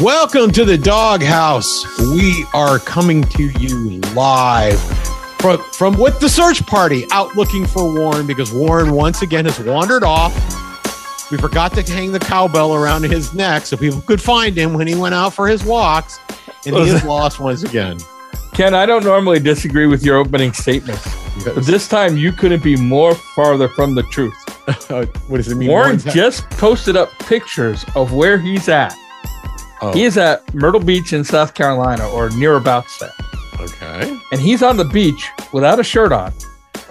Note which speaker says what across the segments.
Speaker 1: Welcome to the doghouse. We are coming to you live from, from with the search party out looking for Warren because Warren once again has wandered off. We forgot to hang the cowbell around his neck so people could find him when he went out for his walks, and he is lost once again.
Speaker 2: Ken, I don't normally disagree with your opening statements,
Speaker 1: Uh,
Speaker 2: but this time you couldn't be more farther from the truth.
Speaker 1: what does it mean?
Speaker 2: Warren
Speaker 1: Warren's-
Speaker 2: just posted up pictures of where he's at.
Speaker 1: Oh.
Speaker 2: He is at Myrtle Beach in South Carolina or nearabouts that.
Speaker 1: okay.
Speaker 2: And he's on the beach without a shirt on.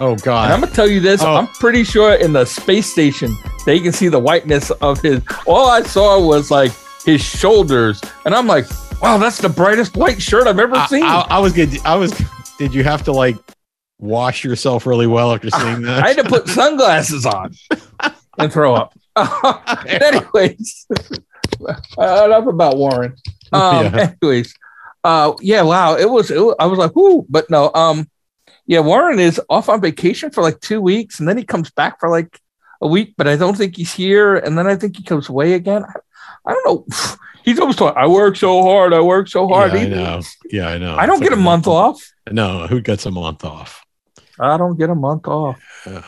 Speaker 1: Oh
Speaker 2: And I'm
Speaker 1: God.
Speaker 2: gonna tell you this.
Speaker 1: Oh.
Speaker 2: I'm pretty sure in the space station they can see the whiteness of his. All I saw was like his shoulders, and I'm like, wow, that's the brightest white shirt I've ever
Speaker 1: I,
Speaker 2: seen.
Speaker 1: I-
Speaker 2: I,
Speaker 1: I was good. I was. Did you have to like wash yourself really well after seeing that?
Speaker 2: had to put sunglasses on and throw up. But anyways, uh, enough about Warren. Um,
Speaker 1: Yeah.
Speaker 2: Anyways, uh, yeah, wow, it was, it was. I was like, whoo, but no, um, yeah, Warren is off on vacation for like two weeks, and then he comes back for like a week, but I don't think he's here, and then I think he comes away again. I, I don't know. He's always talking. I work so hard. I work so hard.
Speaker 1: Yeah, I
Speaker 2: He-
Speaker 1: know. Yeah, I know.
Speaker 2: I don't
Speaker 1: It's
Speaker 2: get a
Speaker 1: like-
Speaker 2: month off.
Speaker 1: No, who gets a month off?
Speaker 2: I don't get a month off.
Speaker 1: Uh,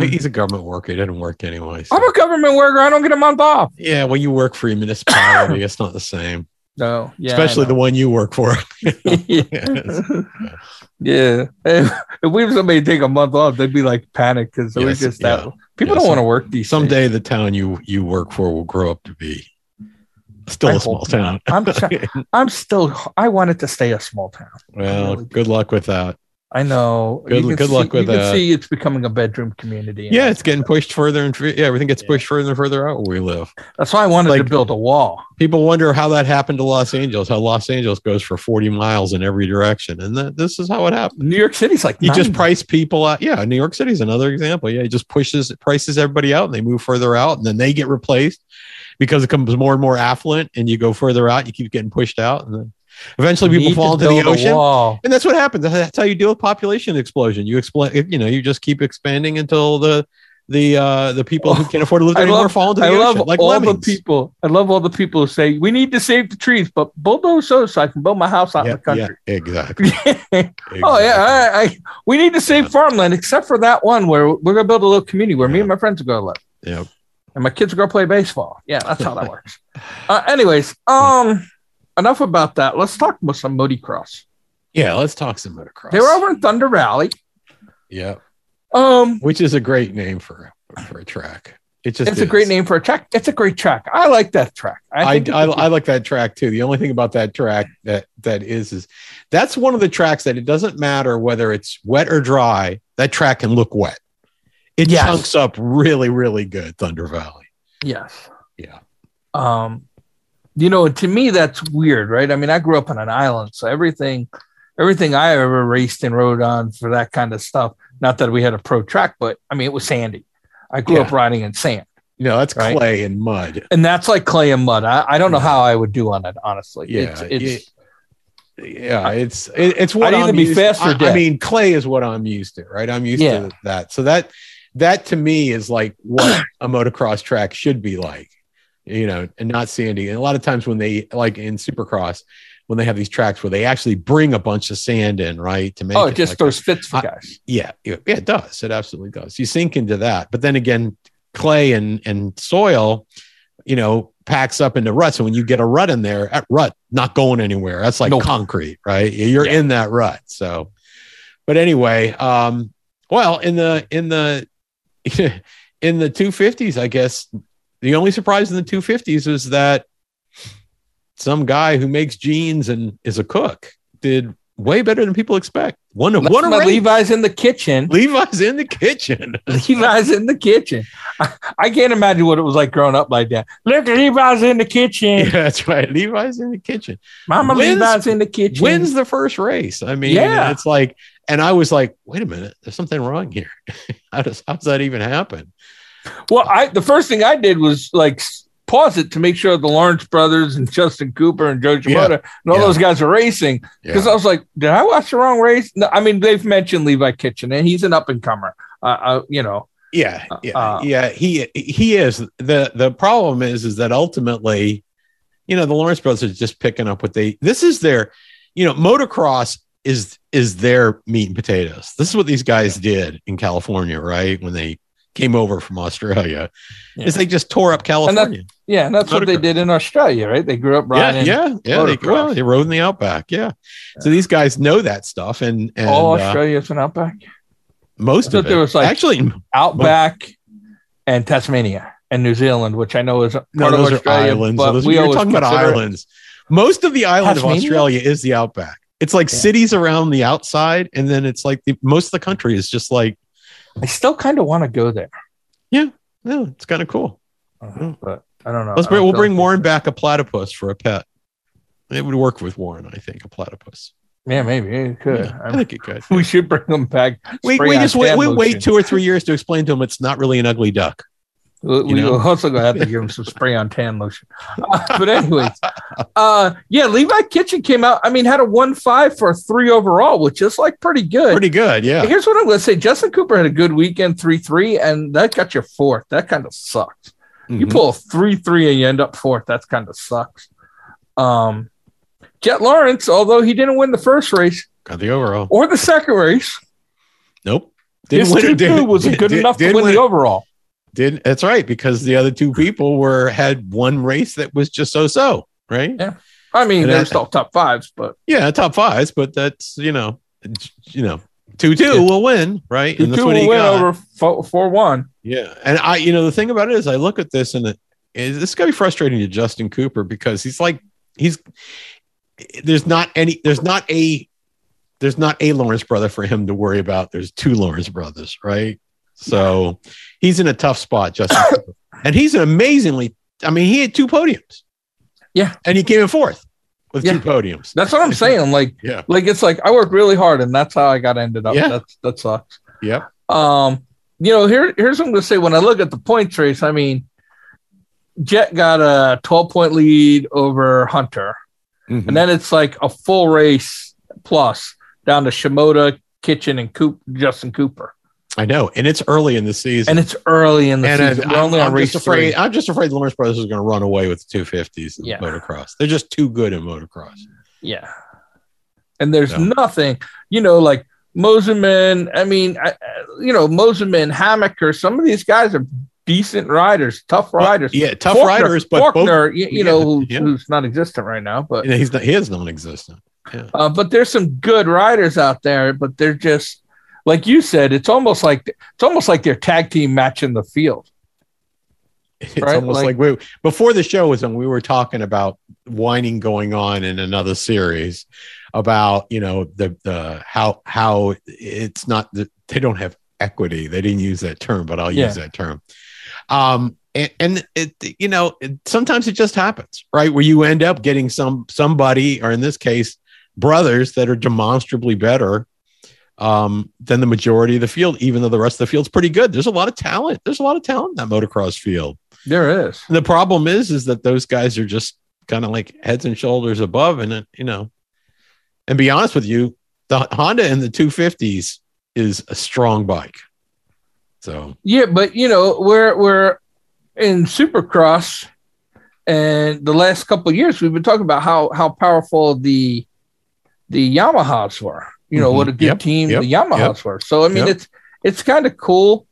Speaker 1: no, he's a government worker. He doesn't work anyway. so-
Speaker 2: I'm a government worker. I don't get a month off.
Speaker 1: yeah, when you work for a municipality, it's not the same,
Speaker 2: No, yeah, I
Speaker 1: especially
Speaker 2: know.
Speaker 1: the one you work for. Yes.
Speaker 2: yeah. If, if we have somebody take a month off, they'd be like panicked because
Speaker 1: Yes,
Speaker 2: we just that
Speaker 1: yeah. Yeah,
Speaker 2: people don't
Speaker 1: some-
Speaker 2: want to work these days.
Speaker 1: Someday, the town you you work for will grow up to be still
Speaker 2: I
Speaker 1: a
Speaker 2: hope
Speaker 1: small
Speaker 2: not.
Speaker 1: town.
Speaker 2: I'm try- I'm still I wanted to stay a small town.
Speaker 1: Well,
Speaker 2: really do.
Speaker 1: good luck with that.
Speaker 2: I know.
Speaker 1: Good-
Speaker 2: You can
Speaker 1: good
Speaker 2: see-
Speaker 1: luck with
Speaker 2: You can
Speaker 1: that.
Speaker 2: see it's becoming a bedroom community.
Speaker 1: Yeah, it's getting pushed further and fur- yeah, everything gets pushed further and further out where we live.
Speaker 2: that's why I wanted to
Speaker 1: like-
Speaker 2: build a wall.
Speaker 1: People wonder how that happened to Los Angeles. How Los Angeles goes for forty miles in every direction, and that this is how it happened.
Speaker 2: New York City's like
Speaker 1: You just
Speaker 2: 90.
Speaker 1: price people out. Yeah, New York City's another example. Yeah, it just pushes prices everybody out, and they move further out, and then they get replaced because it becomes more and more affluent, and you go further out, you keep getting pushed out, and then eventually
Speaker 2: You
Speaker 1: people
Speaker 2: need to
Speaker 1: fall into the
Speaker 2: build a
Speaker 1: ocean.
Speaker 2: wall.
Speaker 1: And that's what happens. That's how you deal with population explosion. You explain, you know, you just keep expanding until the the uh the people who can't afford to live
Speaker 2: I
Speaker 1: there anymore
Speaker 2: love-
Speaker 1: fall into the
Speaker 2: I
Speaker 1: ocean.
Speaker 2: love
Speaker 1: like
Speaker 2: all
Speaker 1: lemmings.
Speaker 2: the people. I love all the people who say we need to save the trees, but bulldoze those so I can build my house out
Speaker 1: Yeah,
Speaker 2: in the
Speaker 1: yeah, exactly.
Speaker 2: country. Oh
Speaker 1: exactly.
Speaker 2: yeah, I, I, we need to save farmland, except for that one where we're gonna build a little community where me
Speaker 1: Yeah.
Speaker 2: and my friends are gonna live,
Speaker 1: yeah.
Speaker 2: and my kids are gonna play baseball. Yeah, that's how that works. Uh, anyways, um, enough about that. Let's talk about some Moody Cross.
Speaker 1: Yeah, let's talk some motocross.
Speaker 2: They were over in Thunder Rally.
Speaker 1: Yeah,
Speaker 2: Um,
Speaker 1: which is a great name for for a track. It just
Speaker 2: it's a great
Speaker 1: is.
Speaker 2: name for a track. It's a great track. I like that track.
Speaker 1: I,
Speaker 2: think
Speaker 1: I, I like that track too. The only thing about that track that that is is that's one of the tracks that it doesn't matter whether it's wet or dry. That track can look wet. It
Speaker 2: Yes.
Speaker 1: chunks up really, really good. Thunder Valley.
Speaker 2: yes.
Speaker 1: Yeah.
Speaker 2: Um, you know, to me that's weird, right? I mean, I grew up on an island, so everything, everything I ever raced and rode on for that kind of stuff. Not that we had a pro track, but I mean, it was sandy. I grew up riding in sand,
Speaker 1: No, that's
Speaker 2: Right.
Speaker 1: clay and mud.
Speaker 2: and that's like clay and mud. I, I don't know
Speaker 1: Yeah.
Speaker 2: how I would do on it, honestly.
Speaker 1: Yeah,
Speaker 2: it's, it's
Speaker 1: Yeah, it's it, it's what
Speaker 2: I'd either
Speaker 1: I'm
Speaker 2: be
Speaker 1: used
Speaker 2: fast or
Speaker 1: I- I,
Speaker 2: dead.
Speaker 1: mean, clay is what I'm used to, right? I'm used
Speaker 2: Yeah.
Speaker 1: to that. So that that to me is like what a motocross track should be like, you know, and not sandy. And a lot of times when they like in supercross, when they have these tracks where they actually bring a bunch of sand in, right, to make
Speaker 2: oh, it just
Speaker 1: like
Speaker 2: throws fits for
Speaker 1: I-
Speaker 2: guys.
Speaker 1: yeah, yeah, yeah, it does. It absolutely does. You sink into that. But then again, clay and and soil, you know, packs up into ruts. And when you get a rut in there, that rut not going anywhere. That's like
Speaker 2: Nope.
Speaker 1: concrete, right? You're
Speaker 2: Yeah.
Speaker 1: in that rut. So, but anyway, um, well, in the in the in the 250s, I guess the only surprise in the 250s was that some guy who makes jeans and is a cook did way better than people expect. One of one
Speaker 2: Left
Speaker 1: of
Speaker 2: my Levi's in the kitchen.
Speaker 1: Levi's in the kitchen.
Speaker 2: Levi's in the kitchen. I, I can't imagine what it was like growing up like that. Look, Levi's in the kitchen.
Speaker 1: Yeah, that's right. Levi's in the kitchen.
Speaker 2: Mama
Speaker 1: When's-
Speaker 2: Levi's in the kitchen.
Speaker 1: Wins the first race. I mean,
Speaker 2: Yeah.
Speaker 1: it's like, and I was like, wait a minute, there's something wrong here. how does how does that even happen?
Speaker 2: Well, I the first thing I did was like s- pause it to make sure the Lawrence brothers and Justin Cooper and Joe
Speaker 1: Yeah.
Speaker 2: Shimoda and all
Speaker 1: Yeah.
Speaker 2: those guys were racing because I was like, did I watch the wrong race? No, I mean, they've mentioned Levi Kitchen and he's an up and comer. Uh, uh, you know,
Speaker 1: Yeah, yeah,
Speaker 2: Uh,
Speaker 1: yeah. He he is the the problem is is that ultimately you know, the Lawrence brothers are just picking up what they. This is their, you know, motocross is is their meat and potatoes. This is what these guys did in California, right? When they came over from Australia,
Speaker 2: Yeah.
Speaker 1: is they just tore up California.
Speaker 2: Yeah, and that's what they
Speaker 1: Motocross.
Speaker 2: did in Australia, right? They grew up
Speaker 1: Yeah,
Speaker 2: riding
Speaker 1: yeah, yeah. They,
Speaker 2: motocross.
Speaker 1: well, they rode in the outback. Yeah. so these guys know that stuff, and and
Speaker 2: all
Speaker 1: uh,
Speaker 2: Australia's an outback, I
Speaker 1: most
Speaker 2: thought
Speaker 1: of it.
Speaker 2: there was, like,
Speaker 1: actually,
Speaker 2: outback, and Tasmania and New Zealand, which I know is part
Speaker 1: no,
Speaker 2: of
Speaker 1: those are
Speaker 2: Australia.
Speaker 1: islands.
Speaker 2: but
Speaker 1: So those,
Speaker 2: we
Speaker 1: you're
Speaker 2: always
Speaker 1: talking about
Speaker 2: consider it-
Speaker 1: islands. Most of the island of
Speaker 2: Tasmania?
Speaker 1: Australia is the outback. It's like
Speaker 2: Yeah.
Speaker 1: cities around the outside, and then it's like the, most of the country is just like,
Speaker 2: I still kind of want to go there,
Speaker 1: no, it's kind of cool. Oh.
Speaker 2: but I don't know.
Speaker 1: Let's
Speaker 2: I
Speaker 1: bring,
Speaker 2: don't
Speaker 1: we'll
Speaker 2: feel
Speaker 1: bring
Speaker 2: like-
Speaker 1: Warren back a platypus for a pet. It would work with Warren, I think, a platypus.
Speaker 2: Yeah, maybe it could.
Speaker 1: Yeah, I
Speaker 2: I'm-
Speaker 1: think it could.
Speaker 2: we should bring them back.
Speaker 1: We,
Speaker 2: Spray
Speaker 1: we
Speaker 2: on
Speaker 1: just wait,
Speaker 2: fan
Speaker 1: we
Speaker 2: lotion.
Speaker 1: wait two or three years to explain to him it's not really an ugly duck.
Speaker 2: We, we
Speaker 1: know?
Speaker 2: will also going to have to give him some spray on tan lotion. Uh, but anyways, uh, yeah, Levi Kitchen came out. I mean, had a one five for a three overall, which is like pretty good.
Speaker 1: Pretty good, yeah.
Speaker 2: Here's what I'm going to say: Justin Cooper had a good weekend, three three, and that got you fourth. That kind of sucks. You
Speaker 1: Mhm.
Speaker 2: pull a three three and you end up fourth. That's kind of sucks. Um, Jet Lawrence, although he didn't win the first race
Speaker 1: Got the overall.
Speaker 2: or the second race,
Speaker 1: Nope.
Speaker 2: his
Speaker 1: win it,
Speaker 2: two
Speaker 1: didn't-
Speaker 2: two wasn't good
Speaker 1: did-
Speaker 2: enough to
Speaker 1: didn't
Speaker 2: win the
Speaker 1: it.
Speaker 2: overall.
Speaker 1: Didn't that's right because the other two people were had one race that was just so so right
Speaker 2: I mean,
Speaker 1: And
Speaker 2: they
Speaker 1: I-
Speaker 2: were still top fives, but
Speaker 1: yeah top fives but that's you know j- you know two two will win right
Speaker 2: two
Speaker 1: and that's
Speaker 2: two
Speaker 1: what he
Speaker 2: will win
Speaker 1: got
Speaker 2: over four, four one.
Speaker 1: yeah and I you know the thing about it is I look at this and it, is this gonna be frustrating to Justin Cooper because he's like he's there's not any there's not a there's not a Lawrence brother for him to worry about there's two Lawrence brothers right so he's in a tough spot Justin Cooper. and he's an amazingly I mean he had two podiums
Speaker 2: Yeah.
Speaker 1: and he came in fourth with
Speaker 2: Yeah.
Speaker 1: two podiums
Speaker 2: That's what I'm saying. Like,
Speaker 1: Yeah.
Speaker 2: like it's like I worked really hard, and that's how I got ended up.
Speaker 1: Yeah.
Speaker 2: That's that sucks.
Speaker 1: Yep.
Speaker 2: Um, you know, here here's what I'm gonna say. When I look at the points race, I mean, Jet got a 12 point lead over Hunter,
Speaker 1: Mm-hmm.
Speaker 2: and then it's like a full race plus down to Shimoda, Kitchen, and Coop Justin Cooper.
Speaker 1: I know and it's early in the season
Speaker 2: And it's early in the
Speaker 1: and
Speaker 2: season.
Speaker 1: I'm,
Speaker 2: We're only
Speaker 1: I'm
Speaker 2: on race
Speaker 1: just afraid.
Speaker 2: three.
Speaker 1: I'm just afraid Lawrence Brothers is going to run away with the 250s in
Speaker 2: Yeah.
Speaker 1: motocross. They're just too good in motocross.
Speaker 2: Yeah. And there's
Speaker 1: So.
Speaker 2: nothing, you know, like Moseman. I mean, I, I- you know, Moseman, Hammaker, some of these guys are decent riders, tough riders.
Speaker 1: yeah, tough
Speaker 2: Faulkner-
Speaker 1: riders, but both.
Speaker 2: Faulkner, you, you know,
Speaker 1: yeah,
Speaker 2: who's,
Speaker 1: yeah.
Speaker 2: who's not existent right now, but
Speaker 1: You know, he's not, he is non-existent.
Speaker 2: uh, but there's some good riders out there, but they're just like you said, it's almost like it's almost like they're tag team matching the field.
Speaker 1: It's
Speaker 2: Right,
Speaker 1: almost
Speaker 2: like-
Speaker 1: like, we before the show was on. We were talking about whining going on in another series about you know the the how how it's not that they don't have equity. They didn't use that term, but I'll
Speaker 2: Yeah.
Speaker 1: use that term. Um, and, and it you know it, sometimes it just happens, right? Where you end up getting some somebody, or in this case, brothers that are demonstrably better um, than the majority of the field, even though the rest of the field's pretty good. There's a lot of talent. There's a lot of talent in that motocross field.
Speaker 2: There is.
Speaker 1: The problem is, is that those guys are just kind of like heads and shoulders above, and it, you know, and be honest with you, the Honda in the 250s is a strong bike. So
Speaker 2: Yeah, but you know, we're we're in Supercross, and the last couple of years we've been talking about how how powerful the the Yamahas were. You know
Speaker 1: Mhm.
Speaker 2: what a good
Speaker 1: Yep,
Speaker 2: team
Speaker 1: yep,
Speaker 2: the Yamahas were. So I mean,
Speaker 1: Yep.
Speaker 2: it's it's kind of cool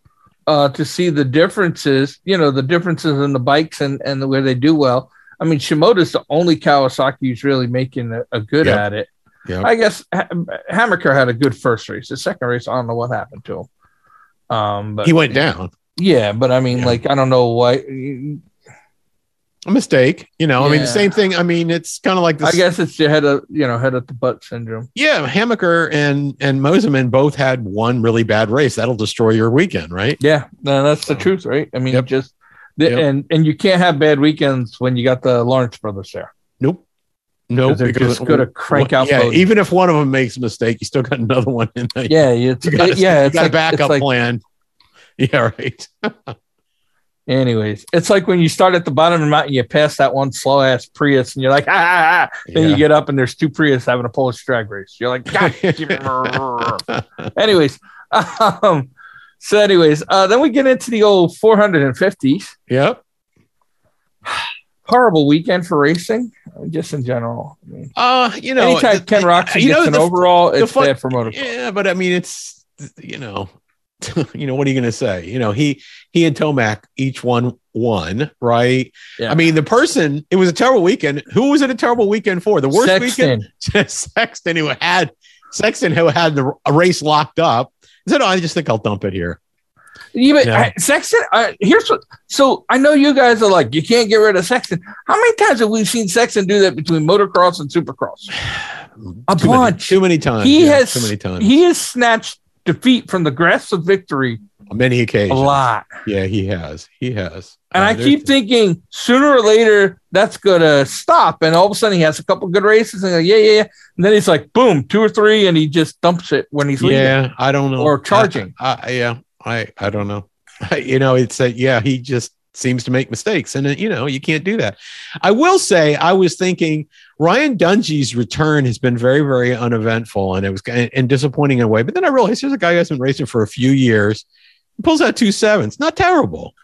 Speaker 2: uh, to see the differences. You know, the differences in the bikes and and where they do well. I mean, Shimoda's the only Kawasaki who's really making a, a good
Speaker 1: Yep,
Speaker 2: at it.
Speaker 1: yep.
Speaker 2: I guess ha- Hammaker had a good first race. The second race, I don't know what happened to him. Um, but
Speaker 1: he went down.
Speaker 2: yeah, but I mean,
Speaker 1: Yeah.
Speaker 2: like, I don't know why.
Speaker 1: A mistake, you know. I mean, the
Speaker 2: Yeah.
Speaker 1: same thing. I mean, it's kind of like
Speaker 2: I
Speaker 1: this.
Speaker 2: guess it's the head of you know head at the butt syndrome.
Speaker 1: yeah, Hamaker and and Moseman both had one really bad race. That'll destroy your weekend, right?
Speaker 2: Yeah, no, that's the
Speaker 1: So-
Speaker 2: truth, right? I mean,
Speaker 1: Yep.
Speaker 2: just the,
Speaker 1: Yep.
Speaker 2: and and you can't have bad weekends when you got the Lawrence brothers there.
Speaker 1: Nope. Nope.
Speaker 2: they're
Speaker 1: because-
Speaker 2: just gonna crank out
Speaker 1: Yeah,
Speaker 2: podiums.
Speaker 1: even if one of them makes a mistake, you still got another one in there.
Speaker 2: Yeah, it's,
Speaker 1: You got,
Speaker 2: it- yeah,
Speaker 1: you
Speaker 2: it's
Speaker 1: got
Speaker 2: like,
Speaker 1: a backup
Speaker 2: it's like-
Speaker 1: plan. Yeah, right.
Speaker 2: Anyways, it's like when you start at the bottom of the mountain, you pass that one slow ass Prius, and you're like, ah, ah, ah. then you
Speaker 1: Yeah.
Speaker 2: get up, and there's two Prius having a Polish drag race. You're like, God anyways, um, so anyways, uh, then we get into the old 450s.
Speaker 1: yep.
Speaker 2: horrible weekend for racing, just in general. I mean,
Speaker 1: Uh, you know,
Speaker 2: anytime
Speaker 1: the-
Speaker 2: Ken Roxon
Speaker 1: you
Speaker 2: gets
Speaker 1: know,
Speaker 2: an
Speaker 1: the-
Speaker 2: overall,
Speaker 1: the
Speaker 2: it's
Speaker 1: fun-
Speaker 2: bad for motorcycle.
Speaker 1: Yeah, but I mean, it's you know, you know, what are you going to say? You know, he he and Tomac each one won, right?
Speaker 2: Yeah.
Speaker 1: I mean, the person. It was a terrible weekend. Who was it a terrible weekend for? The worst weekend.
Speaker 2: Sexton.
Speaker 1: Sexton, who had Sexton, who had the a race locked up, said, "Oh, I just think I'll dump it here."
Speaker 2: Yeah, but
Speaker 1: Yeah.
Speaker 2: I- Sexton. I, here's what. So I know you guys are like, you can't get rid of Sexton. How many times have we seen Sexton do that between motocross and supercross? A
Speaker 1: too
Speaker 2: bunch.
Speaker 1: Many, too many times.
Speaker 2: He
Speaker 1: Yeah,
Speaker 2: has-
Speaker 1: too many times.
Speaker 2: He has snatched defeat from the grasp of victory
Speaker 1: on many
Speaker 2: a
Speaker 1: occasions.
Speaker 2: lot,
Speaker 1: Yeah, he has. He has.
Speaker 2: and
Speaker 1: Uh,
Speaker 2: I
Speaker 1: there's-
Speaker 2: keep thinking sooner or later that's gonna stop. And all of a sudden, he has a couple good races, and like, yeah, yeah, yeah. And then he's like, boom, two or three, and he just dumps it when he's leaving.
Speaker 1: Yeah, I don't know.
Speaker 2: Or charging.
Speaker 1: I, I- yeah, I I don't know. you know, it's a yeah. He just seems to make mistakes, and uh, you know, you can't do that. I will say, I was thinking Ryan Dungy's return has been very very uneventful, and it was and, and disappointing in a way. But then I realized here's a guy who has been racing for a few years. He pulls out two sevens, not terrible.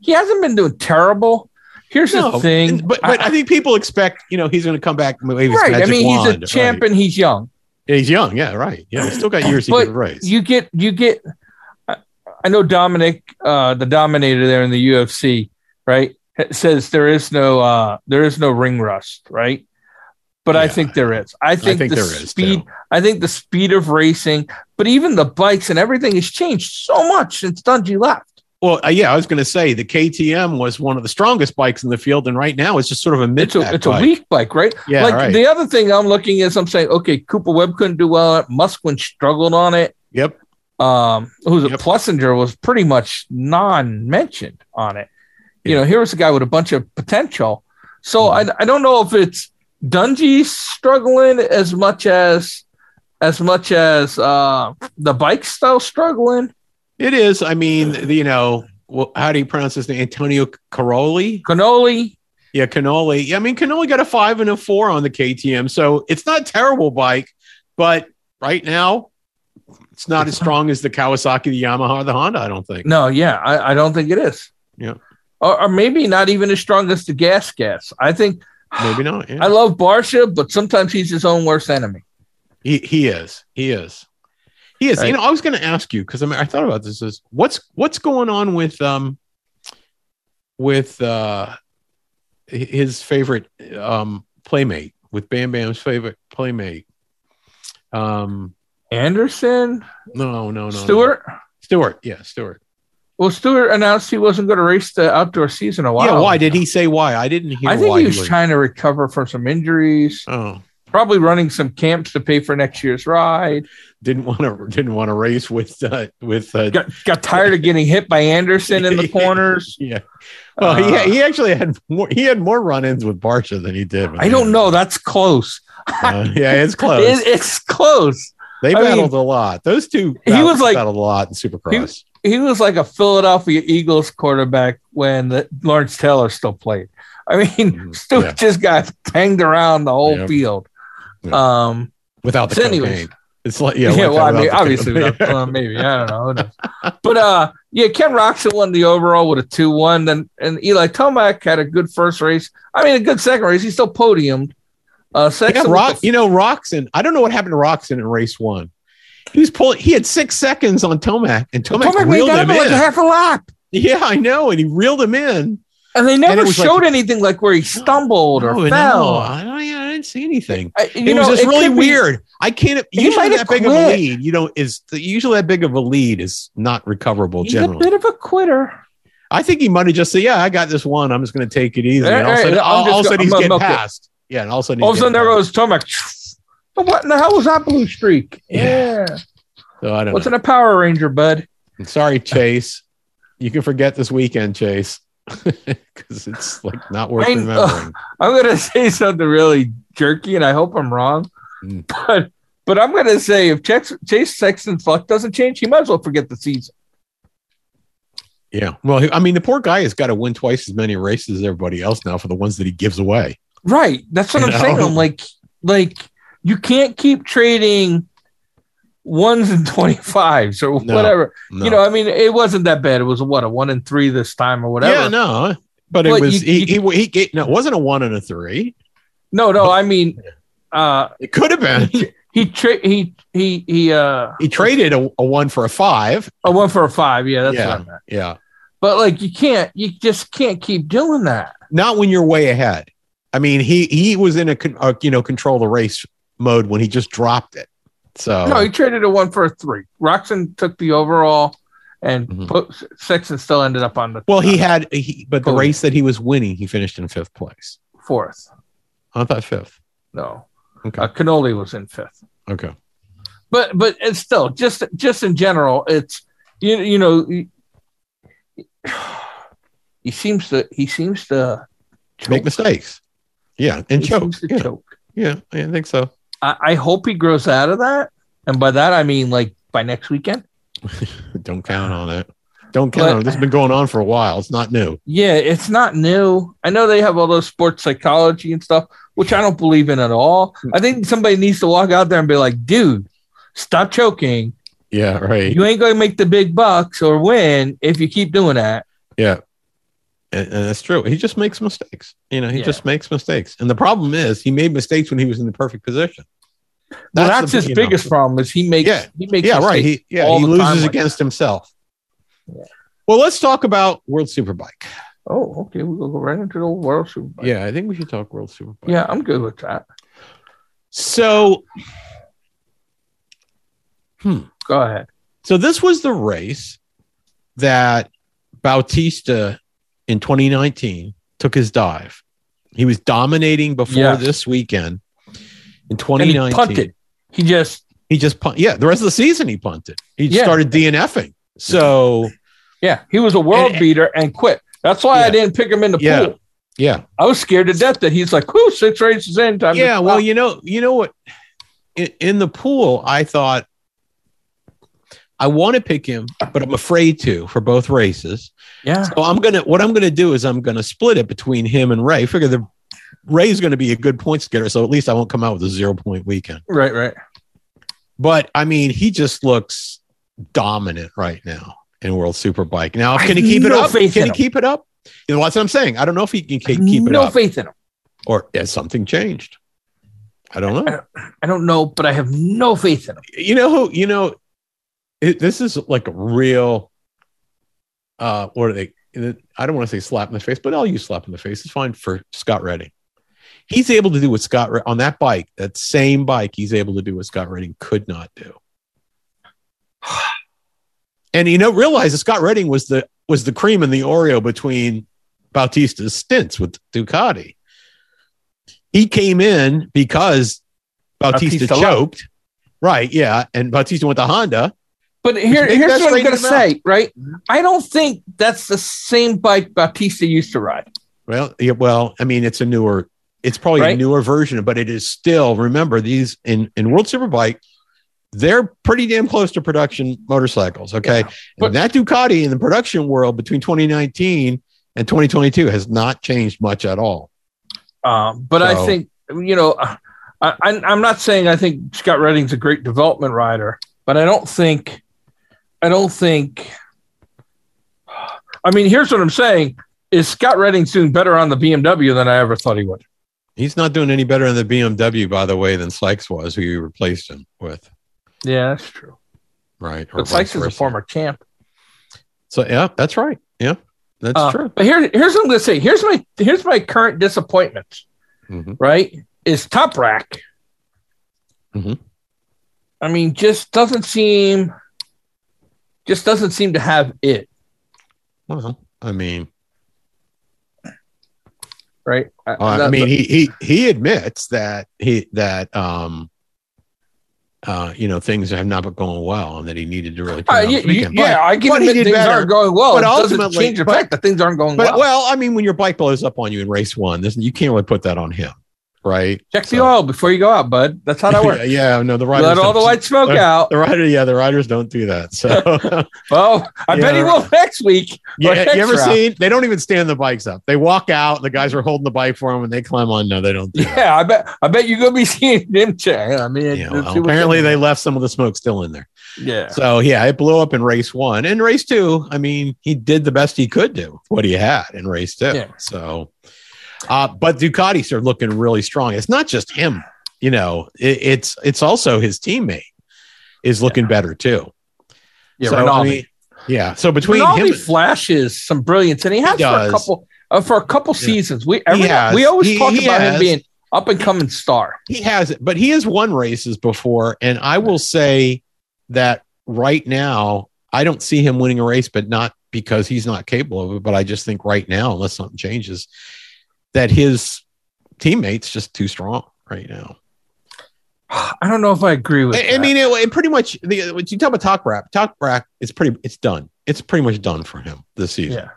Speaker 2: He hasn't been doing terrible. Here's
Speaker 1: No,
Speaker 2: the thing,
Speaker 1: and- but but I,
Speaker 2: I-
Speaker 1: think people expect you know he's going to come back. and wave his
Speaker 2: right? I
Speaker 1: magic
Speaker 2: mean,
Speaker 1: wand,
Speaker 2: he's a
Speaker 1: right.
Speaker 2: champ and he's young.
Speaker 1: Yeah, he's young, yeah, right. Yeah, he's still got years he
Speaker 2: But
Speaker 1: can race.
Speaker 2: you get you get I, I know Dominic uh the dominator there in the UFC right ha- says there is no uh there is no ring rust right but I
Speaker 1: Yeah.
Speaker 2: think there is I think, the
Speaker 1: there is
Speaker 2: speed
Speaker 1: too.
Speaker 2: I think the speed of racing but even the bikes and everything has changed so much since Dungey left
Speaker 1: Well, uh, yeah, I was going to say the KTM was one of the strongest bikes in the field, and right now it's just sort of a mid.
Speaker 2: it's a it's a weak bike right
Speaker 1: Yeah,
Speaker 2: like
Speaker 1: right.
Speaker 2: the other thing I'm looking is I'm saying okay Cooper Webb couldn't do well at it. Musquin struggled on it
Speaker 1: yep.
Speaker 2: um, who's
Speaker 1: Yep.
Speaker 2: a Plessinger was pretty much non-mentioned on it. You
Speaker 1: Yeah.
Speaker 2: know, here's a guy with a bunch of potential. So I, I don't know if it's Dungy struggling as much as as much as uh, the bike style struggling.
Speaker 1: It is. I mean, the- you know, well, how do you pronounce his name? Antonio Caroli.
Speaker 2: Canoli,
Speaker 1: Yeah, Canoli. Yeah, I mean, Canoli got a five and a four on the KTM, so it's not a terrible bike, but right now it's not as strong as the Kawasaki, the Yamaha, or the Honda. I don't think.
Speaker 2: no, yeah, I, I don't think it is.
Speaker 1: Yeah.
Speaker 2: or, or maybe not even as strong as the gas gas. I think
Speaker 1: Maybe not. Yeah.
Speaker 2: I love Barsha, but sometimes he's his own worst enemy.
Speaker 1: He he is. He is. He is.
Speaker 2: Right.
Speaker 1: You know, I was going to ask you because I mean, I thought about this is what's what's going on with um with uh hi- his favorite um playmate with Bam Bam's favorite playmate. Um
Speaker 2: Anderson,
Speaker 1: no, no, Oh, no. no.
Speaker 2: Stewart.
Speaker 1: Stewart. Yeah, Stewart.
Speaker 2: Well, Stewart announced he wasn't going to race the outdoor season a while.
Speaker 1: yeah, why
Speaker 2: ago.
Speaker 1: did he say why? I didn't hear
Speaker 2: I think
Speaker 1: why
Speaker 2: he was trying to recover from some injuries,
Speaker 1: Oh,
Speaker 2: probably running some camps to pay for next year's ride.
Speaker 1: didn't want to didn't want to race with uh with uh
Speaker 2: Got, got tired of getting hit by Anderson in the corners.
Speaker 1: yeah. Well,
Speaker 2: Uh,
Speaker 1: he, he actually had more he had more run-ins with Barsha than he did. with
Speaker 2: I don't
Speaker 1: Anderson.
Speaker 2: know. That's close.
Speaker 1: Uh, yeah, it's close.
Speaker 2: It- it's close.
Speaker 1: they
Speaker 2: I
Speaker 1: battled a lot. Those two
Speaker 2: He
Speaker 1: battled,
Speaker 2: was like-
Speaker 1: battled a lot in Supercross.
Speaker 2: He was like a Philadelphia Eagles quarterback when the, Lawrence Taylor still played. I mean,
Speaker 1: Mhm.
Speaker 2: Stewart
Speaker 1: Yeah.
Speaker 2: just got hanged around the whole
Speaker 1: Yeah.
Speaker 2: field. Um,
Speaker 1: without the
Speaker 2: so
Speaker 1: cocaine.
Speaker 2: anyways.
Speaker 1: It's like
Speaker 2: Yeah,
Speaker 1: yeah, like
Speaker 2: well, I
Speaker 1: without
Speaker 2: mean,
Speaker 1: the
Speaker 2: obviously,
Speaker 1: cocaine.
Speaker 2: without, well, maybe I don't know, Who knows? but uh, yeah, Ken Roxon won the overall with a two-one, then and Eli Tomac had a good first race. I mean, a good second race. He still podiumed. Uh,
Speaker 1: yeah,
Speaker 2: Sexton with
Speaker 1: Rock,
Speaker 2: the-
Speaker 1: you know, Roxon. I don't know what happened to Roxon in race one. He was pulling. He had six seconds on Tomac, and Tomac,
Speaker 2: Tomac made
Speaker 1: reeled
Speaker 2: down
Speaker 1: him
Speaker 2: to like
Speaker 1: in.
Speaker 2: half a lap,
Speaker 1: yeah, I know, and he reeled him in.
Speaker 2: and they never
Speaker 1: it was like-
Speaker 2: showed anything like where he stumbled or
Speaker 1: Oh,
Speaker 2: fell.
Speaker 1: no, I, don't- yeah, I didn't see anything.
Speaker 2: I- you
Speaker 1: it
Speaker 2: know,
Speaker 1: was just
Speaker 2: it
Speaker 1: really
Speaker 2: could be-
Speaker 1: weird. I can't.
Speaker 2: He
Speaker 1: Usually,
Speaker 2: might
Speaker 1: that
Speaker 2: have
Speaker 1: big of a
Speaker 2: quit.
Speaker 1: lead, you know, is usually that big of a lead is not recoverable
Speaker 2: He's
Speaker 1: generally.
Speaker 2: a bit of a quitter.
Speaker 1: I think he might have just said, "Yeah, I got this one. I'm just going to take it easy." And all of a
Speaker 2: Hey,
Speaker 1: sudden,
Speaker 2: hey, I'm
Speaker 1: all,
Speaker 2: just
Speaker 1: all of a sudden
Speaker 2: gonna-
Speaker 1: he's
Speaker 2: I'm
Speaker 1: getting
Speaker 2: gonna milk it.
Speaker 1: passed. Yeah, and all of a sudden, he's
Speaker 2: All of a sudden,
Speaker 1: getting
Speaker 2: there goes Tomac. But what in the hell was that blue streak?
Speaker 1: Yeah.
Speaker 2: Yeah,
Speaker 1: passed. So I don't
Speaker 2: what's
Speaker 1: know.
Speaker 2: in a Power Ranger, bud?
Speaker 1: I'm Sorry, Chase. You can forget this weekend, Chase, because it's like not worth
Speaker 2: I-
Speaker 1: remembering.
Speaker 2: I'm gonna say something really jerky, and I hope I'm wrong.
Speaker 1: Mm.
Speaker 2: But but I'm gonna say if Chase, Chase Sexton's luck doesn't change, he might as well forget the season.
Speaker 1: yeah. Well, I mean, the poor guy has got to win twice as many races as everybody else now for the ones that he gives away.
Speaker 2: Right. That's what
Speaker 1: You
Speaker 2: I'm
Speaker 1: know?
Speaker 2: saying. I'm like like you can't keep trading ones and twenty fives or
Speaker 1: No,
Speaker 2: whatever.
Speaker 1: No.
Speaker 2: You know, I mean, it wasn't that bad. It was what a one and three this time or whatever.
Speaker 1: Yeah, no. But
Speaker 2: Well,
Speaker 1: it was
Speaker 2: you-
Speaker 1: he, he, he, no, it wasn't a one and a three.
Speaker 2: No, no, I mean, uh,
Speaker 1: It could have been.
Speaker 2: he tra- he he he uh,
Speaker 1: He traded a, a one for a five.
Speaker 2: a one for a five. Yeah, that's
Speaker 1: Yeah.
Speaker 2: what I meant.
Speaker 1: Yeah.
Speaker 2: But like, you can't, you just can't keep doing that.
Speaker 1: Not when you're way ahead. I mean, he he was in a, con, uh you know control the race mode when he just dropped it. So
Speaker 2: No, he traded a one for a three. Roxon took the overall, and
Speaker 1: Mhm.
Speaker 2: put, Sexton still ended up on the uh,
Speaker 1: well, he had he, but the
Speaker 2: Cool.
Speaker 1: race that he was winning, he finished in fifth place.
Speaker 2: fourth.
Speaker 1: I thought fifth.
Speaker 2: No,
Speaker 1: Okay.
Speaker 2: uh, Cannoli was in fifth.
Speaker 1: Okay.
Speaker 2: but but it's still just just in general it's you you know you- he seems to he seems to choke.
Speaker 1: Make mistakes. Yeah,
Speaker 2: He
Speaker 1: and choke.
Speaker 2: seems to
Speaker 1: Yeah.
Speaker 2: choke.
Speaker 1: yeah, I think so.
Speaker 2: I, I hope he grows out of that and by that i mean like by next weekend
Speaker 1: Don't count on it. Don't count
Speaker 2: But-
Speaker 1: on it. This has been going on for a while. It's not new.
Speaker 2: yeah it's not new i know they have all those sports psychology and stuff which i don't believe in at all i think somebody needs to walk out there and be like dude stop choking
Speaker 1: Yeah, right.
Speaker 2: you ain't going to make the big bucks or win if you keep doing that
Speaker 1: Yeah. And, and that's true. He just makes mistakes. You know, he
Speaker 2: Yeah.
Speaker 1: just makes mistakes. And the problem is he made mistakes when he was in the perfect position.
Speaker 2: well
Speaker 1: the-
Speaker 2: that's,
Speaker 1: you
Speaker 2: his
Speaker 1: know.
Speaker 2: biggest problem is he makes
Speaker 1: Yeah.
Speaker 2: he makes
Speaker 1: Yeah, right.
Speaker 2: mistakes.
Speaker 1: He yeah,
Speaker 2: all
Speaker 1: he
Speaker 2: the time
Speaker 1: loses
Speaker 2: like
Speaker 1: against himself.
Speaker 2: Yeah.
Speaker 1: Well, let's talk about World Superbike.
Speaker 2: Oh, okay. We'll go right into the World Superbike.
Speaker 1: Yeah, I think we should talk World Superbike.
Speaker 2: Yeah, I'm good with that.
Speaker 1: So
Speaker 2: Go ahead.
Speaker 1: So this was the race that Bautista in 2019 took his dive. He was dominating before
Speaker 2: Yeah.
Speaker 1: this weekend. In
Speaker 2: And
Speaker 1: 2019,
Speaker 2: he punted. He just,
Speaker 1: He just pun- yeah. The rest of the season he punted. He
Speaker 2: Yeah.
Speaker 1: started DNFing. So
Speaker 2: yeah, he was a world
Speaker 1: And-
Speaker 2: beater and quit. That's why I
Speaker 1: Yeah.
Speaker 2: didn't pick him in the
Speaker 1: Yeah.
Speaker 2: pool.
Speaker 1: yeah,
Speaker 2: I was scared to death that he's like, whoo, six races in. Time to
Speaker 1: yeah.
Speaker 2: stop."
Speaker 1: Well, you know, you know what? In, in the pool, I thought I want to pick him, but I'm afraid to for both races.
Speaker 2: yeah.
Speaker 1: So I'm gonna what I'm gonna do is I'm gonna split it between him and Ray. Figure the Ray's gonna be a good points getter, so at least I won't come out with a zero point weekend.
Speaker 2: Right, right.
Speaker 1: But I mean, he just looks dominant right now in World Superbike. Now,
Speaker 2: I
Speaker 1: can he
Speaker 2: have
Speaker 1: keep it
Speaker 2: no
Speaker 1: up? Can
Speaker 2: faith in
Speaker 1: he
Speaker 2: him.
Speaker 1: keep it up? You know, that's what I'm saying. I don't know if he can keep, keep it
Speaker 2: no
Speaker 1: up,
Speaker 2: faith in him.
Speaker 1: or has something changed? I don't know.
Speaker 2: I don't know, but I have no faith in him.
Speaker 1: you know who you know it, this is like a real uh what are they i don't want to say slap in the face but i'll use slap in the face it's fine for scott redding he's able to do what scott Re- on that bike that same bike he's able to do what scott redding could not do and you know realize that scott redding was the was the cream in the oreo between bautista's stints with ducati he came in because bautista,
Speaker 2: Bautista left.
Speaker 1: choked Right. Yeah. And Bautista went to Honda.
Speaker 2: But here,
Speaker 1: maybe
Speaker 2: here's
Speaker 1: that
Speaker 2: what I'm going to
Speaker 1: straightens him out.
Speaker 2: say, right? I don't think that's the same bike Bautista used to ride.
Speaker 1: Well, yeah, well, I mean, it's a newer, it's probably a
Speaker 2: Right.
Speaker 1: newer version, but it is still, remember, these in, in World Superbike, they're pretty damn close to production motorcycles. Okay.
Speaker 2: but-
Speaker 1: and that Ducati in the production world between 2019 and 2022 has not changed much at all.
Speaker 2: Um, but I
Speaker 1: So-
Speaker 2: think you know, I, I, I'm not saying I think Scott Redding's a great development rider, but I don't think, I don't think. I mean, here's what I'm saying: is Scott Redding's doing better on the BMW than I ever thought he would.
Speaker 1: He's not doing any better in the BMW, by the way, than Sykes was, who you replaced him with.
Speaker 2: Yeah, that's true.
Speaker 1: Right. Or
Speaker 2: But Sykes
Speaker 1: vice
Speaker 2: is a
Speaker 1: versa.
Speaker 2: former champ.
Speaker 1: So, yeah, that's right. Yeah. That's
Speaker 2: Uh,
Speaker 1: true.
Speaker 2: But here, here's what I'm going to say. Here's my here's my current disappointment.
Speaker 1: Mhm.
Speaker 2: Right is Top Rack.
Speaker 1: Mhm.
Speaker 2: I mean, just doesn't seem, just doesn't seem to have it.
Speaker 1: Well, Uh-huh. I mean,
Speaker 2: right?
Speaker 1: Uh, I
Speaker 2: that-
Speaker 1: mean, he he he admits that he that um uh you know things have not been going well and that he needed to really. turn
Speaker 2: uh,
Speaker 1: it on
Speaker 2: yeah,
Speaker 1: this weekend.
Speaker 2: yeah, I can
Speaker 1: but he did
Speaker 2: admit things
Speaker 1: better.
Speaker 2: aren't going well.
Speaker 1: But
Speaker 2: But it doesn't
Speaker 1: ultimately-
Speaker 2: change the
Speaker 1: but-
Speaker 2: fact that things aren't going
Speaker 1: But, but
Speaker 2: well.
Speaker 1: well, I mean, when your bike blows up on you in race one, this, you can't really put that on him, right?
Speaker 2: Check the
Speaker 1: so-
Speaker 2: oil before you go out, bud. That's how that works.
Speaker 1: yeah, yeah, no, the
Speaker 2: You
Speaker 1: riders
Speaker 2: let all the
Speaker 1: don't-
Speaker 2: white smoke out.
Speaker 1: The rider, yeah, the riders don't do that. So,
Speaker 2: Well, I bet he
Speaker 1: Yeah.
Speaker 2: will next week.
Speaker 1: yeah,
Speaker 2: Or
Speaker 1: you ever
Speaker 2: extra.
Speaker 1: seen? They don't even stand the bikes up. They walk out. The guys are holding the bike for them, and they climb on. No, they don't. Do that.
Speaker 2: Yeah, I bet. I bet you're gonna be seeing him. Check. I mean,
Speaker 1: Yeah,
Speaker 2: let's
Speaker 1: well,
Speaker 2: see what-
Speaker 1: apparently they left some of the smoke still in there.
Speaker 2: Yeah.
Speaker 1: So yeah, it blew up in race one and race two. I mean, he did the best he could do with what he had in race two.
Speaker 2: Yeah.
Speaker 1: So, uh, but Ducatis are looking really strong. It's not just him, you know. It, it's it's also his teammate is looking better too.
Speaker 2: Yeah.
Speaker 1: So, I
Speaker 2: Rinaldi.
Speaker 1: mean, yeah. So between
Speaker 2: Rinaldi
Speaker 1: him,
Speaker 2: flashes some brilliance, and he has
Speaker 1: He
Speaker 2: for a
Speaker 1: does.
Speaker 2: couple uh, for a couple
Speaker 1: Yeah.
Speaker 2: seasons. We every,
Speaker 1: has.
Speaker 2: we always
Speaker 1: He-
Speaker 2: talk
Speaker 1: he
Speaker 2: about him
Speaker 1: has.
Speaker 2: being up and coming star.
Speaker 1: he has it, but he has won races before, and I will say that right now I don't see him winning a race, but not because he's not capable of it, but I just think right now, unless something changes, that his teammates just too strong right now.
Speaker 2: I don't know if I agree with.
Speaker 1: I, I
Speaker 2: that.
Speaker 1: mean, it, it pretty much the when you talk about talk rap, talk rap is pretty it's done. It's pretty much done for him this season
Speaker 2: yeah,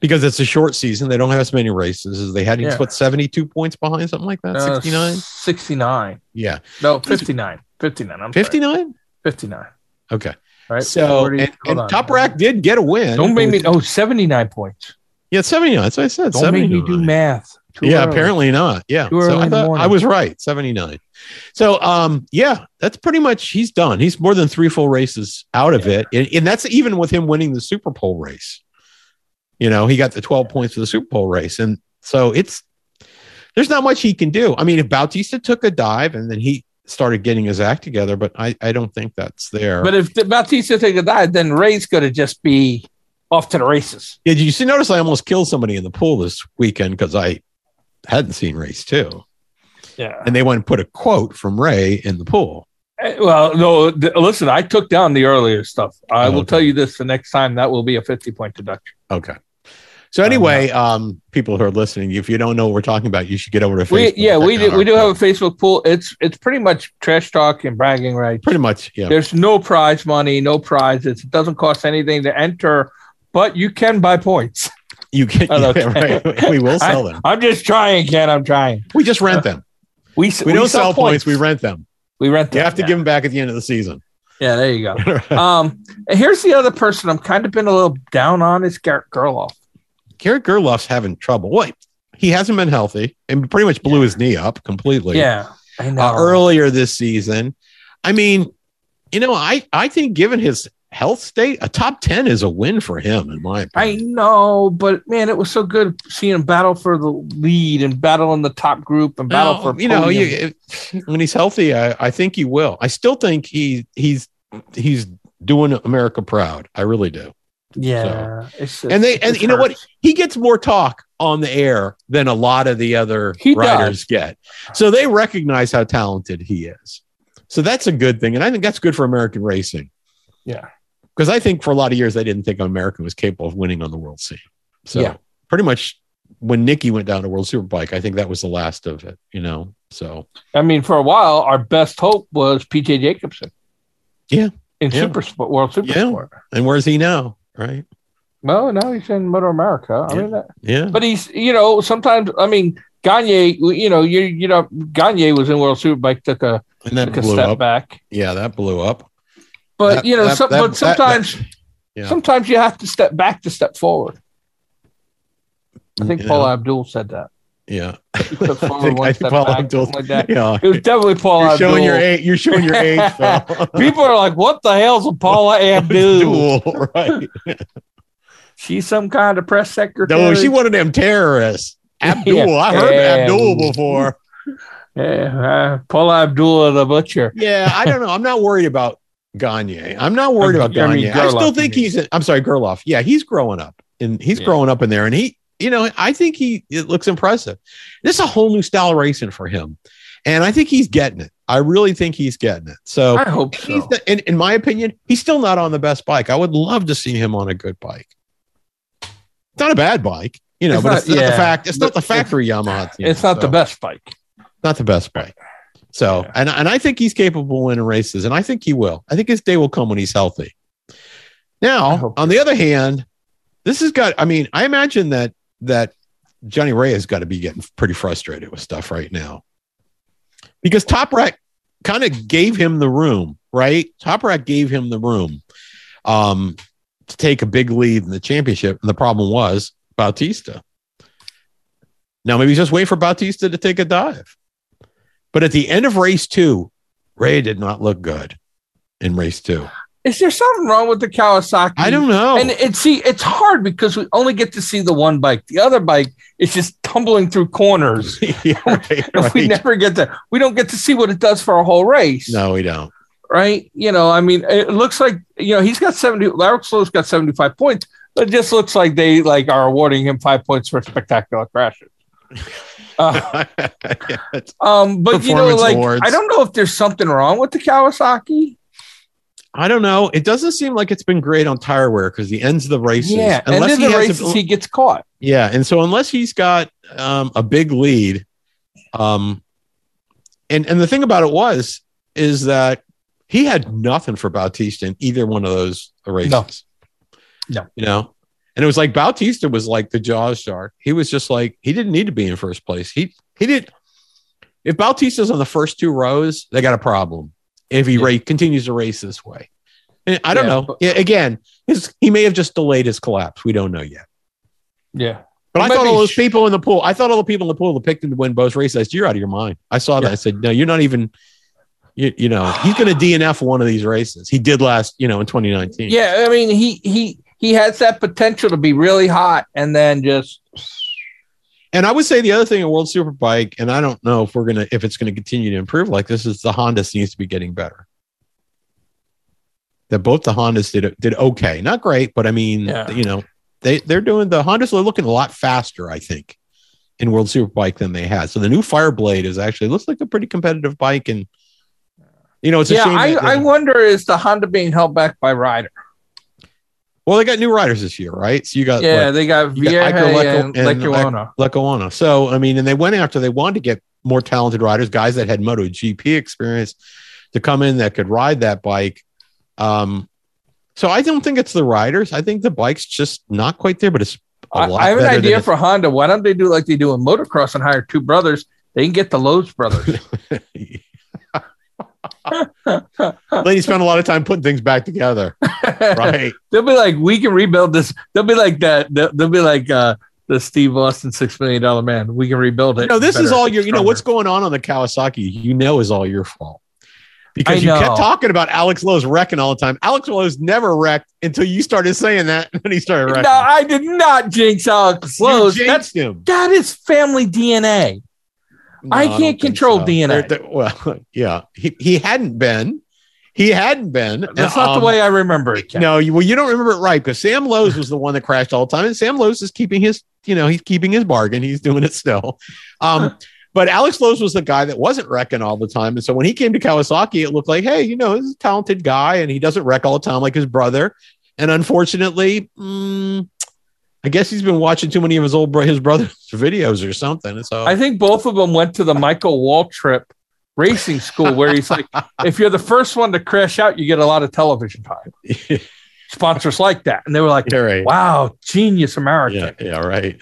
Speaker 1: because it's a short season. They don't have as many races as they had. He's
Speaker 2: Yeah.
Speaker 1: what seventy two points behind something like that,
Speaker 2: Uh,
Speaker 1: sixty nine.
Speaker 2: 69.
Speaker 1: Yeah,
Speaker 2: No, 59. 59. I'm sorry.
Speaker 1: fifty nine.
Speaker 2: 59.
Speaker 1: Okay.
Speaker 2: Right.
Speaker 1: So,
Speaker 2: 40
Speaker 1: and,
Speaker 2: hold
Speaker 1: and
Speaker 2: on.
Speaker 1: Top Rack did get a win.
Speaker 2: Don't make me.
Speaker 1: It was-
Speaker 2: Oh, 79 points.
Speaker 1: Yeah, 79. That's what I said.
Speaker 2: Don't make
Speaker 1: 79.
Speaker 2: me do math. Too
Speaker 1: yeah,
Speaker 2: early.
Speaker 1: apparently not. Yeah.
Speaker 2: Too early
Speaker 1: So
Speaker 2: in
Speaker 1: I
Speaker 2: the
Speaker 1: thought
Speaker 2: morning.
Speaker 1: I was right. 79. So, um, yeah, that's pretty much he's done. He's more than three full races out of
Speaker 2: Yeah.
Speaker 1: it. And, and that's even with him winning the Super Bowl race. You know, he got the 12 points for the Super Bowl race. And so it's, there's not much he can do. I mean, if Bautista took a dive and then he started getting his act together, but I, I don't think that's there.
Speaker 2: But if the Bautista take a dive, then Ray's going to just be off to the races.
Speaker 1: Did you see? Notice I almost killed somebody in the pool this weekend because I hadn't seen race two,
Speaker 2: Yeah.
Speaker 1: and they went and put a quote from Ray in the pool.
Speaker 2: Eh, Well, no. th- listen, I took down the earlier stuff. I
Speaker 1: Oh,
Speaker 2: will
Speaker 1: okay.
Speaker 2: tell you this: the next time that will be a fifty-point deduction.
Speaker 1: Okay.
Speaker 2: Uh,
Speaker 1: So anyway, um, people who are listening, if you don't know what we're talking about, you should get over to
Speaker 2: We,
Speaker 1: Facebook.
Speaker 2: yeah,
Speaker 1: and
Speaker 2: we
Speaker 1: check out
Speaker 2: do, we
Speaker 1: our-
Speaker 2: do have a Facebook pool. It's it's pretty much trash talk and bragging rights.
Speaker 1: pretty much yeah.
Speaker 2: There's no prize money, no prizes. It doesn't cost anything to enter, but you can buy points.
Speaker 1: You can
Speaker 2: Oh,
Speaker 1: yeah,
Speaker 2: okay.
Speaker 1: right. We will sell them.
Speaker 2: I'm just trying, Ken. I'm trying.
Speaker 1: We just rent them.
Speaker 2: We
Speaker 1: We don't sell points. We rent them.
Speaker 2: We rent.
Speaker 1: You
Speaker 2: them,
Speaker 1: have to
Speaker 2: yeah.
Speaker 1: give them back at the end of the season.
Speaker 2: Yeah, there you go. um, and here's the other person I'm kind of been a little down on is Garrett Gerloff.
Speaker 1: Garrett Gerloff's having trouble. What? He hasn't been healthy and pretty much blew his knee up completely.
Speaker 2: yeah, I know.
Speaker 1: uh, earlier this season. I mean, you know, I I think given his health state, a top ten is a win for him, in my
Speaker 2: I
Speaker 1: opinion.
Speaker 2: know, but man, it was so good seeing him battle for the lead and battle in the top group and battle
Speaker 1: Now,
Speaker 2: for
Speaker 1: you know,
Speaker 2: podium.
Speaker 1: you, when he's healthy, I, I think he will. I still think he he's he's doing America proud. I really do.
Speaker 2: yeah. It's just-
Speaker 1: And they-
Speaker 2: it
Speaker 1: and
Speaker 2: just
Speaker 1: you know what?
Speaker 2: hurts.
Speaker 1: He gets more talk on the air than a lot of the other
Speaker 2: He
Speaker 1: riders get. So they recognize how talented he is. So that's a good thing, and I think that's good for American racing.
Speaker 2: Yeah.
Speaker 1: because I think for a lot of years I didn't think America was capable of winning on the world scene. So
Speaker 2: Yeah.
Speaker 1: pretty much when Nikki went down to World Superbike, I think that was the last of it, you know. So
Speaker 2: I mean, for a while, our best hope was PJ Jacobson.
Speaker 1: Yeah.
Speaker 2: In
Speaker 1: Yeah.
Speaker 2: Super Sport, World Super
Speaker 1: Yeah.
Speaker 2: Sport.
Speaker 1: and where's he now? Right.
Speaker 2: Well, now he's in Motor America. I
Speaker 1: Yeah.
Speaker 2: mean, that,
Speaker 1: Yeah.
Speaker 2: but he's you know sometimes I mean Gagne you know you you know Gagne was in World Superbike took a
Speaker 1: And that
Speaker 2: took a
Speaker 1: blew
Speaker 2: step
Speaker 1: up.
Speaker 2: back
Speaker 1: Yeah, that blew up.
Speaker 2: but
Speaker 1: That-
Speaker 2: you know
Speaker 1: that-
Speaker 2: some,
Speaker 1: that-
Speaker 2: but
Speaker 1: that-
Speaker 2: sometimes
Speaker 1: yeah.
Speaker 2: sometimes you have to step back to step forward I think
Speaker 1: Yeah.
Speaker 2: Paul Abdul said that
Speaker 1: Yeah.
Speaker 2: He took
Speaker 1: I
Speaker 2: forward
Speaker 1: think,
Speaker 2: one
Speaker 1: I
Speaker 2: step
Speaker 1: think Paul
Speaker 2: back,
Speaker 1: Abdul.
Speaker 2: something like that.
Speaker 1: Yeah.
Speaker 2: it was definitely Paul
Speaker 1: You're
Speaker 2: Abdul
Speaker 1: showing your age. You're showing your age, Phil.
Speaker 2: people are like what the hell's a Paula Abdul
Speaker 1: Duel, right?
Speaker 2: she's some kind of press secretary
Speaker 1: No, she one of them terrorists. Abdul. I heard
Speaker 2: Yeah.
Speaker 1: Abdul before.
Speaker 2: yeah uh, Paula Abdul the butcher
Speaker 1: Yeah, I don't know. I'm not worried about Gagne. I'm not worried about
Speaker 2: I mean,
Speaker 1: Gagne. I still
Speaker 2: Gerloff,
Speaker 1: think
Speaker 2: you mean.
Speaker 1: he's. I'm sorry, Gerloff. Yeah, he's growing up, and he's
Speaker 2: Yeah.
Speaker 1: growing up in there, and he, you know, I think he it looks impressive. This is a whole new style of racing for him, and I think he's getting it. I really think he's getting it. So,
Speaker 2: I hope
Speaker 1: he's
Speaker 2: so
Speaker 1: the- in, in my opinion, he's still not on the best bike. I would love to see him on a good bike. It's not a bad bike, you know,
Speaker 2: It's
Speaker 1: but
Speaker 2: not-
Speaker 1: it's not
Speaker 2: yeah.
Speaker 1: the fact. It's not the
Speaker 2: But it's-
Speaker 1: factory Yamaha. team,
Speaker 2: it's not the
Speaker 1: so
Speaker 2: best bike
Speaker 1: not the best bike. So,
Speaker 2: Yeah.
Speaker 1: and and I think he's capable of winning races, and I think he will. I think his day will come when he's healthy.
Speaker 2: I
Speaker 1: Now,
Speaker 2: hope
Speaker 1: on the other hand, this has got. I mean, I imagine that that Johnny Ray has got to be getting pretty frustrated with stuff right now, because Top Rack kind of gave him the room, right? Top Rack gave him the room um, to take a big lead in the championship, and the problem was Bautista. Now, maybe just wait for Bautista to take a dive. But at the end of race two, Ray did not look good in race two.
Speaker 2: Is there something wrong with the Kawasaki?
Speaker 1: I don't know.
Speaker 2: And and see, it's hard because we only get to see the one bike. The other bike is just tumbling through corners.
Speaker 1: yeah, right,
Speaker 2: And We
Speaker 1: right.
Speaker 2: never get to. We don't get to see what it does for a whole race.
Speaker 1: No, we don't.
Speaker 2: Right? You know, I mean, it looks like you know he's got seventy. Larry Slow's got seventy-five points. But it just looks like they like are awarding him five points for spectacular crashes. Uh,
Speaker 1: Yes.
Speaker 2: um, but you know,
Speaker 1: Performance
Speaker 2: like
Speaker 1: awards.
Speaker 2: I don't know if there's something wrong with the Kawasaki.
Speaker 1: I don't know. It doesn't seem like it's been great on tire wear because the ends of the races,
Speaker 2: yeah, and
Speaker 1: unless
Speaker 2: then
Speaker 1: he
Speaker 2: the
Speaker 1: has
Speaker 2: races
Speaker 1: a,
Speaker 2: he gets caught.
Speaker 1: yeah, and so unless he's got um, a big lead, um, and and the thing about it was is that he had nothing for Bautista in either one of those races.
Speaker 2: No.
Speaker 1: you know, and it was like Bautista was like the jaws shark. He was just like he didn't need to be in first place. He he did. If Bautista's on the first two rows, they got a problem. If he
Speaker 2: Yeah.
Speaker 1: ra- continues to race this way, and I don't
Speaker 2: Yeah,
Speaker 1: know.
Speaker 2: but-
Speaker 1: yeah, again, his, he may have just delayed his collapse. We don't know yet.
Speaker 2: Yeah.
Speaker 1: But I
Speaker 2: It might
Speaker 1: thought all
Speaker 2: be-
Speaker 1: those people in the pool. I thought all the people in the pool that picked him to win both races. I said, You're out of your mind. I saw that.
Speaker 2: Yeah.
Speaker 1: I said, No, you're not even. You, you know, he's going to DNF one of these races. He did last, you know, in 2019.
Speaker 2: Yeah, I mean he he he has that potential to be really hot and then just
Speaker 1: And I would say the other thing in World Superbike, and I don't know if we're gonna if it's gonna continue to improve like this, is the Honda needs to be getting better. That both the Hondas did did okay, not great, but I mean,
Speaker 2: Yeah.
Speaker 1: you know, they they're doing the Hondas are looking a lot faster, I think, in World Superbike than they had. So the new Fireblade is actually looks like a pretty competitive bike, and you know, it's a
Speaker 2: yeah.
Speaker 1: shame.
Speaker 2: I,
Speaker 1: that-
Speaker 2: I wonder is the Honda being held back by Ryder?
Speaker 1: well, they got new riders this year, right? So you got
Speaker 2: yeah,
Speaker 1: Uh, like,
Speaker 2: they got
Speaker 1: you got
Speaker 2: Vieja
Speaker 1: Iko Lekko
Speaker 2: and,
Speaker 1: and
Speaker 2: Lecuona.
Speaker 1: Lecuona. So I mean, and they went after they wanted to get more talented riders, guys that had Moto GP experience to come in that could ride that bike. Um, so I don't think it's the riders. I think the bike's just not quite there, but it's a
Speaker 2: I,
Speaker 1: lot
Speaker 2: I have an
Speaker 1: better
Speaker 2: idea
Speaker 1: than
Speaker 2: for Honda. Why don't they do like they do in motocross and hire two brothers? They can get the Lowe's brothers.
Speaker 1: it- Lady spent a lot of time putting things back together, right?
Speaker 2: They'll be like, we can rebuild this. They'll be like that. They'll, they'll be like uh, the Steve Austin six million dollar man. We can rebuild it.
Speaker 1: No, this is
Speaker 2: better,
Speaker 1: all your. You know
Speaker 2: stronger.
Speaker 1: what's going on on the Kawasaki. You know is all your fault
Speaker 2: I
Speaker 1: because you
Speaker 2: know.
Speaker 1: kept talking about Alex Lowe's wrecking all the time. Alex Lowe's never wrecked until you started saying that, and then he started wrecking.
Speaker 2: No, I did not jinx Alex
Speaker 1: You
Speaker 2: Lowe's.
Speaker 1: jinxed
Speaker 2: That's
Speaker 1: him.
Speaker 2: that is family DNA.
Speaker 1: No,
Speaker 2: I
Speaker 1: don't
Speaker 2: can't
Speaker 1: think
Speaker 2: control DNA.
Speaker 1: They're- they're- well, yeah, he, he hadn't been. He hadn't been.
Speaker 2: That's not
Speaker 1: Um,
Speaker 2: the way I remember it. Ken.
Speaker 1: No, you, well, you don't remember it right because Sam Lowe's was the one that crashed all the time, and Sam Lowe's is keeping his, you know, he's keeping his bargain. He's doing it still. Um, but Alex Lowe's was the guy that wasn't wrecking all the time, and so when he came to Kawasaki, it looked like, hey, you know, this is a talented guy, and he doesn't wreck all the time like his brother. And unfortunately, mm, I guess he's been watching too many of his old bro- his brother's videos or something. and So
Speaker 2: I think both of them went to the Michael Waltrip racing school where he's like, if you're the first one to crash out, you get a lot of television time. Sponsors like that. And they were like,
Speaker 1: Yeah, right.
Speaker 2: wow, genius
Speaker 1: Yeah,
Speaker 2: American.
Speaker 1: yeah, right.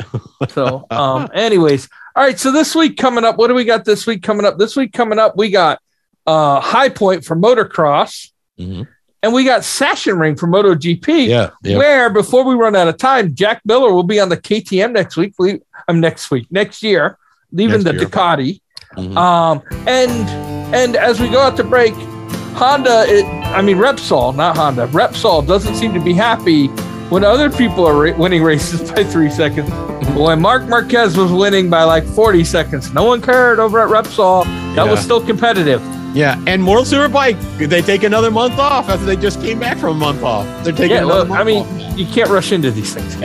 Speaker 2: So, um, anyways, all right. So this week coming up, what do we got this week coming up? This week coming up, we got uh, High Point for motocross and we got Session Ring for MotoGP.
Speaker 1: Mm-hmm. Yeah, yeah.
Speaker 2: where before we run out of time, Jack Miller will be on the KTM next week. Leave, um, next week, next year, leaving
Speaker 1: Next
Speaker 2: the
Speaker 1: year.
Speaker 2: Ducati.
Speaker 1: Mhm.
Speaker 2: Um, and and as we go out to break, Honda, it, I mean Repsol, not Honda, Repsol doesn't seem to be happy when other people are ra- winning races by three seconds.
Speaker 1: Mm-hmm.
Speaker 2: But when Mark Marquez was winning by like 40 seconds, no one cared over at Repsol. That was
Speaker 1: Yeah.
Speaker 2: still competitive.
Speaker 1: yeah, and World Superbike, they take another month off after they just came back from a month off. They're taking
Speaker 2: Yeah,
Speaker 1: another
Speaker 2: well,
Speaker 1: month
Speaker 2: I mean,
Speaker 1: off.
Speaker 2: you can't rush into these things.
Speaker 1: I
Speaker 2: you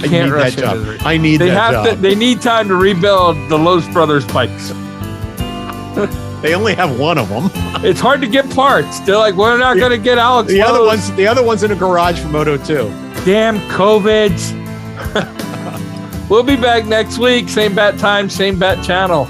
Speaker 1: need that
Speaker 2: can't rush into
Speaker 1: job.
Speaker 2: the-
Speaker 1: I need
Speaker 2: They
Speaker 1: that
Speaker 2: have
Speaker 1: job.
Speaker 2: to. They need time to rebuild the Lowe's Brothers bikes.
Speaker 1: they only have one of them.
Speaker 2: It's hard to get parts. They're like, we're not going to get Alex.
Speaker 1: The other
Speaker 2: Lowe's.
Speaker 1: one's the other one's in a garage for Moto 2.
Speaker 2: damn COVIDs. we'll be back next week. Same bat time, same bat channel.